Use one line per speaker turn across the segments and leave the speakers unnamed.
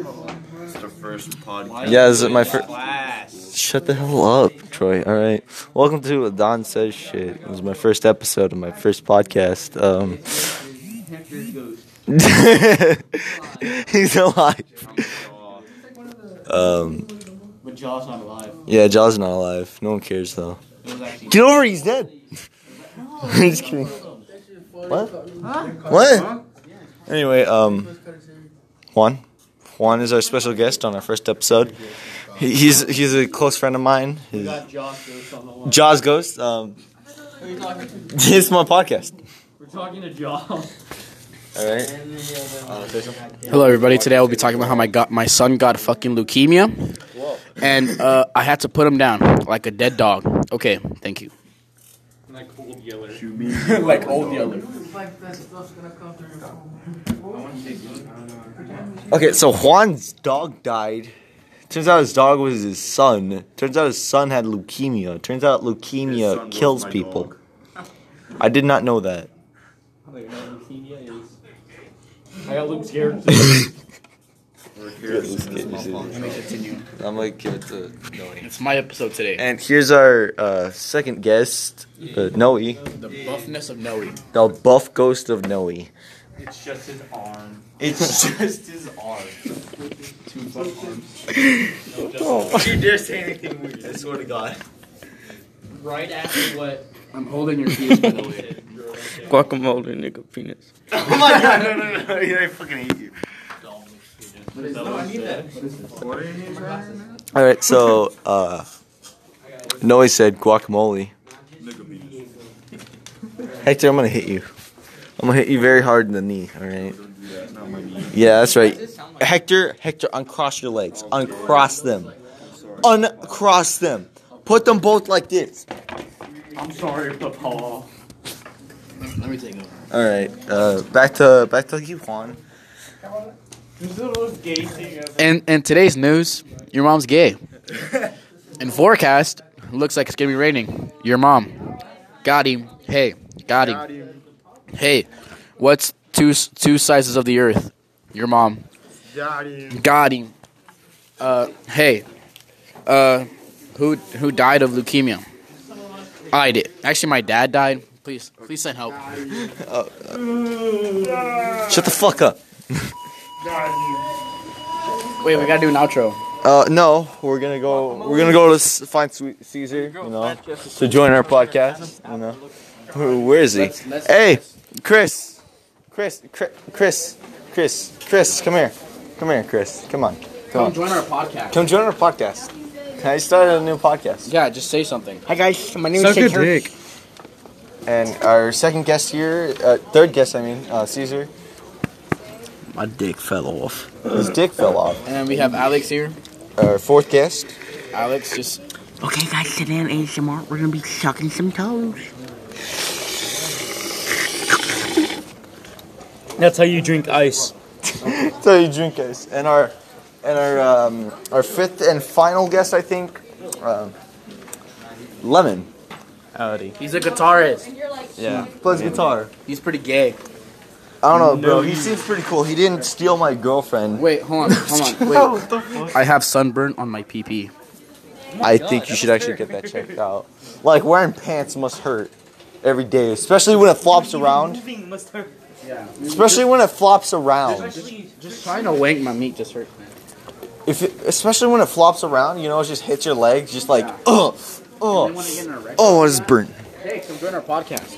It's the first podcast.
Yeah, this is my fir-
Class.
Shut the hell up, Troy. All right. Welcome to What Don Says Shit. It was my first episode of my first podcast. Um, he's alive. Um,
But Jaw's not alive.
yeah, Jaw's not alive. No one cares, though.
It was actually.
Get over it, he's dead. I'm just kidding. What? What? Anyway, um, Juan. Juan is our special guest on our first episode. He- He's he's a close friend of mine.
We
His,
got Jaw's ghost on the line.
Jaws Ghost. Um,
Who are you talking to?
it's my podcast.
We're talking to Jaw.
All right.
Hello, everybody. Today I will be talking about how my got my son got fucking leukemia, and uh, I had to put him down like a dead dog. Okay, thank you.
Like old yeller.
like old yeller.
Okay, so Juan's dog died. Turns out his dog was his son. Turns out his son had leukemia. Turns out
His son
leukemia
was
kills
my
people.
dog.
I did not know that.
Wait, no, leukemia is. I got Luke scared.
We're here.
let's get this in.
Let me continue.
I'm gonna give it to Noe.
It's my episode today.
And here's our uh, second guest, uh, Noe,
The buffness of Noe.
the buff ghost of Noe.
it's just his arm.
It's
Just his arm. Two buff arms.
You dare say anything weird. I swear to God.
Right after what.
I'm holding your keys, by the
Noe
way.
said, you're okay.
Guacamole, nigga, penis.
oh my god! No, no, no! I fucking hate you.
Don't mix it in. Is that what I need that.
All right, so uh, Noe said guacamole. Hector, I'm gonna hit you. I'm gonna hit you very hard in the knee. All right. Yeah, that's right. Hector, Hector, uncross your legs. Uncross them. Uncross them. Put them both like this.
I'm sorry, but Paul.
Let me take over.
All right. Uh, back to back to you, Juan.
This is the most gay thing ever.
And and today's news: your mom's gay. And forecast looks like it's gonna be raining. Your mom. Got him. Hey, got him. Hey, what's two two sizes of the earth? Your mom. Got him. Uh, hey, uh, who who died of leukemia? I did. Actually, my dad died. Please, please send help.
Shut the fuck up.
Wait, we gotta do an outro.
Uh, no, we're gonna go. We're gonna go to s- find Sweet Caesar. You know, to join our podcast. You know, Who- where is he?
Let's- let's-
Hey, Chris, Chris, Chri- Chris, Chris, Chris, come here, come here, Chris, come on, come on,
join our podcast.
come join our podcast. I started a new podcast,
Yeah, just say something.
Hi guys, my name is Hector.
and our second guest here, uh, third guest, I mean, uh, Caesar.
My dick fell off.
His dick fell off.
And then we have Alex here.
Our fourth guest.
Alex, just
Okay guys, today on ASMR, we're gonna be sucking some toes. That's how you drink ice.
So you drink us, and our and our um, our fifth and final guest, I think, um, Lemon.
Howdy.
he's a guitarist.
Yeah, plays guitar.
He's pretty gay.
I don't know, bro. He seems pretty cool. He didn't steal my girlfriend.
Wait, hold on, hold on. Wait, I have sunburn on my PP.
I
Oh
think you should actually get that checked out. Like wearing pants must hurt every day, especially when it flops around.
Moving must hurt.
Especially when it flops around.
Just trying to wank my meat just hurt.
If it, especially when it flops around, you know, it just hits your legs, just like oh, oh, oh, it's burnt.
Hey, come join our podcast.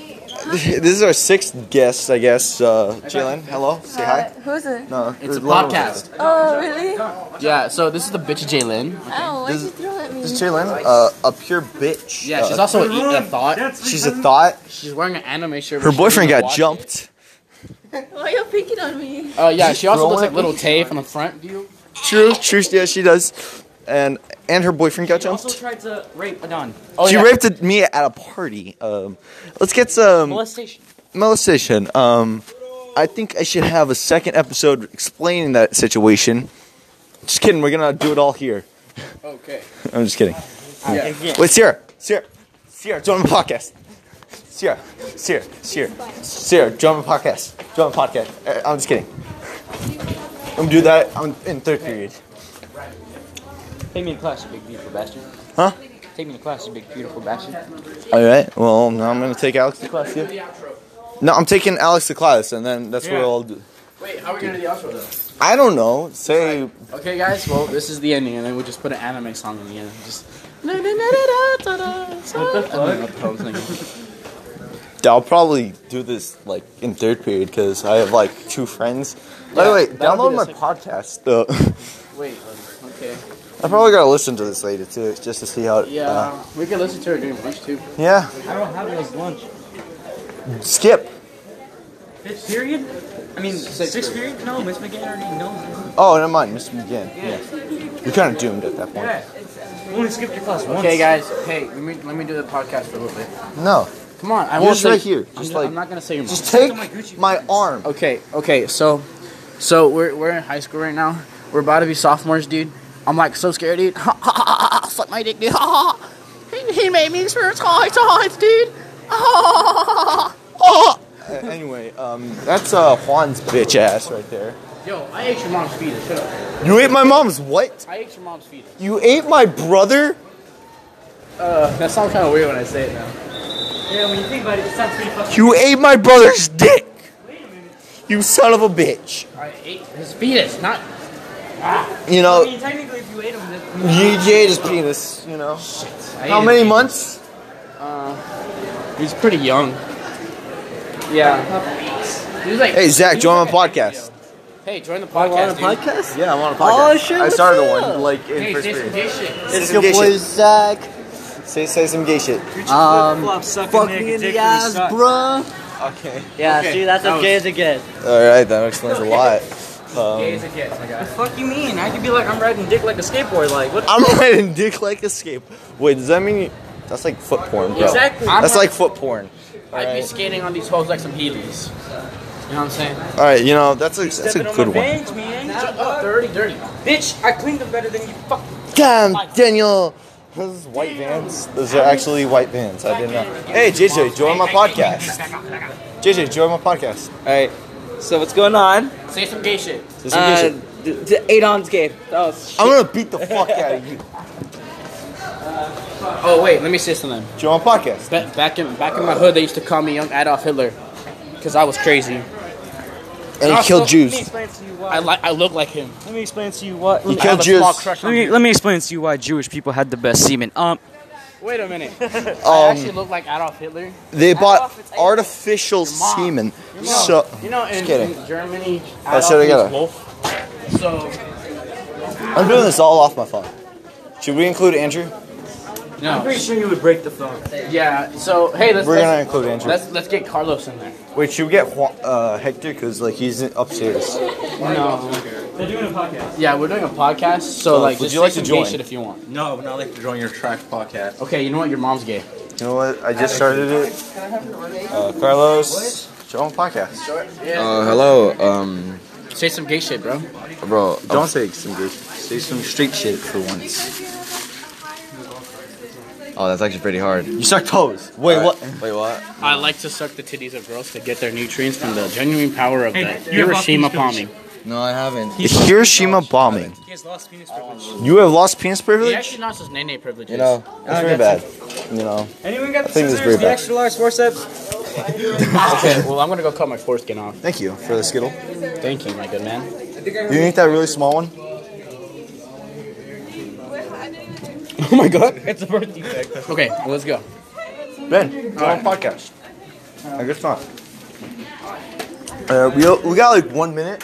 This is our sixth guest, I guess. Uh, Jalen, hello, say hi.
Who's it?
No,
It's a
Lauren was
podcast.
Oh, really?
Yeah, so this is the bitch Jalen.
Ow, why'd you throw at me?
This Jalen, uh, a pure bitch.
Yeah, she's
uh,
also a, a thought.
she's a thought.
She's wearing an anime shirt.
Her
but she
boyfriend
doesn't
got
watch
jumped.
Why are you picking on me?
it. Uh, yeah, she also looks
Throwing
like
it?
little Tay from the front view.
True, true. Yeah, she does. And and her boyfriend got jumped.
tried to rape Adon.
Oh,
she
yeah.
raped me at a party. Um, let's get some
Molestation.
molestation. Um, I think I should have a second episode explaining that situation. Just kidding. We're gonna do it all here.
Okay.
I'm just kidding.
Yeah.
Wait, Sierra, Sierra, Sierra, join the podcast. Sierra, Sierra, Sierra, Sierra, join the podcast. Join the podcast. Uh, I'm just kidding. I'm gonna do that on, in third period.
Take me in class, you big beautiful bastard.
Huh?
Take me to class, you big beautiful bastard.
All right. Well, now I'm gonna take Alex to class. Yeah. No, I'm taking Alex to class, and then that's what I'll do.
Wait, how are we gonna do the outro though?
I don't know. Say
Okay, guys. Well, this is the ending, and then we'll just put an anime song in the end. Just
I'll probably do this like in third period because I have like two friends. By the way,
that'll
download
be
my
the second-
podcast. Though.
Wait. Okay.
I probably gotta listen to this later too, just to see how. It,
Yeah, um,
uh,
we can listen to it during lunch too.
yeah.
I don't have it as lunch.
Skip.
Fifth period? I mean, sixth, period? No, Miss McGann already knows.
Oh, never mind. Mr. McGinn. Yeah. You're kind of doomed at that point.
We only skipped your class once.
Okay, guys. Hey, let me let me do the podcast for a little bit.
No.
Come on, I
You're
won't
just
say-
right here,
I'm,
just
not-
like-
I'm not gonna say your mom.
Just take my arm.
Okay, okay, so so we're we're in high school right now. We're about to be sophomores, dude. I'm like so scared, dude. Suck my dick, dude. he, he made me experience high tides, dude.
Anyway, um, that's uh, Juan's bitch ass right there.
Yo, I ate your mom's fetus. Shut up.
You ate my mom's what?
I ate your mom's fetus.
You ate my brother?
Uh, that sounds kind of weird when I say it now.
Yeah, when you think about it, it sounds pretty fucking.
You ate my brother's dick. You son of a bitch.
I ate his fetus, not.
You
I
know,
mean, technically, if you ate them, that's
you, you ate his penis. You know.
I
How
ate
many
his-
months?
He's pretty young. Yeah. He was like.
Hey Zach,
he
join my
was like a-
podcast.
Hey, join the podcast, dude.
podcast?
Yeah, I'm on a podcast.
Oh, shit,
I
what's
started
up?
one like in
Hey,
first
say some
period.
gay shit.
It's
some
your
gay
boy
shit.
Zach.
Say say some gay shit.
Um,
flop sucking
fuck
dick
me in
and dick
the
for
ass,
suck.
bruh.
Okay.
Yeah,
Okay,
see, that's
that
as gay as it gets.
All right, that explains a lot.
Gay as it gets, my guy.
Fuck you mean? I could be like, I'm riding dick like a skateboard. Like, what?
I'm riding dick like escape. Wait, does that mean you- that's like foot porn, bro?
Exactly.
That's like foot porn.
I'd be skating on these hoes like some Heelys. You know what I'm saying?
All right, you know that's a that's a
Stepping
good one.
on my Bench, man. Shut
Oh,
up.
dirty, dirty.
Bitch, I cleaned them better than you fucking.
Damn, Daniel. Those is white vans. Those are actually white vans. I did not. Hey, JJ, join my podcast. JJ, join my podcast.
Alright, so what's going on?
Say some gay shit.
This is
Uh,
amazing.
d- d- Adon's gay. Oh, shit.
I'm gonna beat the fuck out of you.
Oh wait, let me say something.
Join my podcast.
Ba- back in back in my hood, they used to call me Young Adolf Hitler, cause I was crazy.
And he killed
Let me
Jews.
explain to you
I
why.
like I look like him.
Let me explain to you what.
He
I
killed
have a small
Jews.
crush
Let
on
me,
you.
let me explain to you why Jewish people had the best semen. Um,
Wait a minute. I actually
Um,
look like Adolf Hitler.
they bought
off, it's Adolf.
artificial
mom.
semen.
You know,
So
you know in,
kidding.
in Germany,
I
Adolf
said I
means
gotta-
wolf. So
I'm doing this all off my phone. Should we include Andrew?
I'm pretty sure you would break the phone.
yeah. So hey, let's
We're gonna
let's,
include Andrew.
let's let's get Carlos in there.
Wait, should we get Juan, uh, Hector? Cause like he's upstairs.
No.
They're doing a podcast.
Yeah, we're doing a podcast, so
So,
like,
would
just
you like
say
to
some gay
join?
shit if you want.
No, not like the Drawing Your Trash podcast.
Okay, you know what? Your mom's gay.
You know what? I just started it. Uh, Carlos, join my podcast.
Uh, hello, um,
Say some gay shit, bro.
bro.
Don't say some good. Say some straight shit for once.
Oh, that's actually pretty hard.
You suck toes. Wait,
Alright.
what?
Wait, what?
I like to suck the titties of girls to get their nutrients from the genuine power of the
you have
Hiroshima
off
bombing.
these
No, I haven't.
The Hiroshima bombing.
He has lost penis privilege.
You have lost penis
He
privilege?
actually lost his nene privileges.
You know, that's very bad. You know,
Anyone got the
think it's
scissors?
very
The
bad.
extra large forceps?
okay, well, I'm gonna go cut my foreskin off.
thank you for the Skittle.
Thank you, my good man.
You need that really small one?
Oh my god, it's a birthday cake. Okay, well, let's go.
Ben, join our podcast. I guess not. Uh, we, we got like one minute.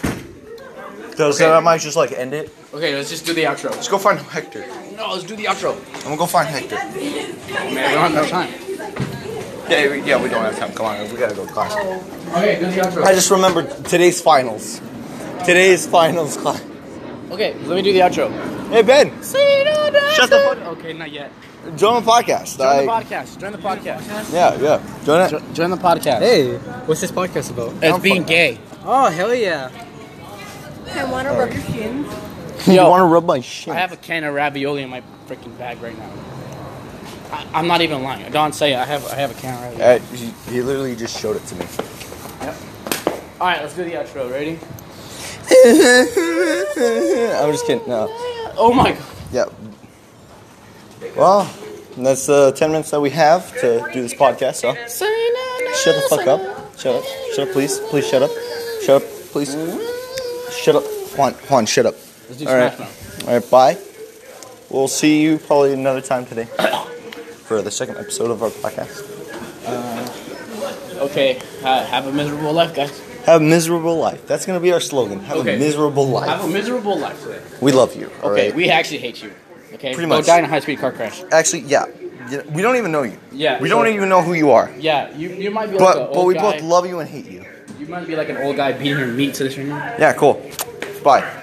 So then I might just like end it.
Okay, let's just do the outro.
Let's go find Hector.
No, let's do the outro.
I'm gonna go find Hector.
Man, we don't have no time.
Yeah, we- yeah, we don't have time. Come on, we gotta go class.
Okay, do the outro.
I just remembered today's finals. Today's finals class.
Okay, let me do the outro.
Hey Ben, shut the fuck.
Okay, not yet.
Join my podcast.
Join the
like-
podcast. Join the podcast.
yeah, yeah. Join it.
Jo- Join the podcast.
Hey, what's this podcast about?
It's being gay.
Oh, hell yeah.
I want to rub your shins.
Yo.
You want to rub my shit?
I have a can of ravioli in my freaking bag right now. I, I'm not even lying. Don't say it. I have I have a can of ravioli.
Uh, he, he literally just showed it to me.
All right, let's do the outro. Ready?
I'm just kidding. No.
Oh my god.
Yeah. Well, that's the 10 minutes that we have to do this podcast, so. Shut the fuck up. Shut up. Shut up, please. Please shut up. Shut up, please. Shut up. Juan, Juan, shut up.
Let's do
All right. All right, bye. We'll see you probably another time today for the second episode of our podcast.
Okay, ha- have a miserable life, guys.
Have a miserable life. That's going to be our slogan. Have
Okay.
a miserable life.
Have a miserable life today.
we love you. all
Okay,
right?
we actually hate you. Okay,
Pretty
go
much.
die in a high speed car crash.
Actually, yeah. Yeah, We don't even know you.
Yeah,
We don't
so-
even know who you are.
Yeah, you, you might be like an
But
old
but we
guy.
both love you and hate you.
you might be like an old guy beating your meat to this right now.
Yeah, cool. Bye.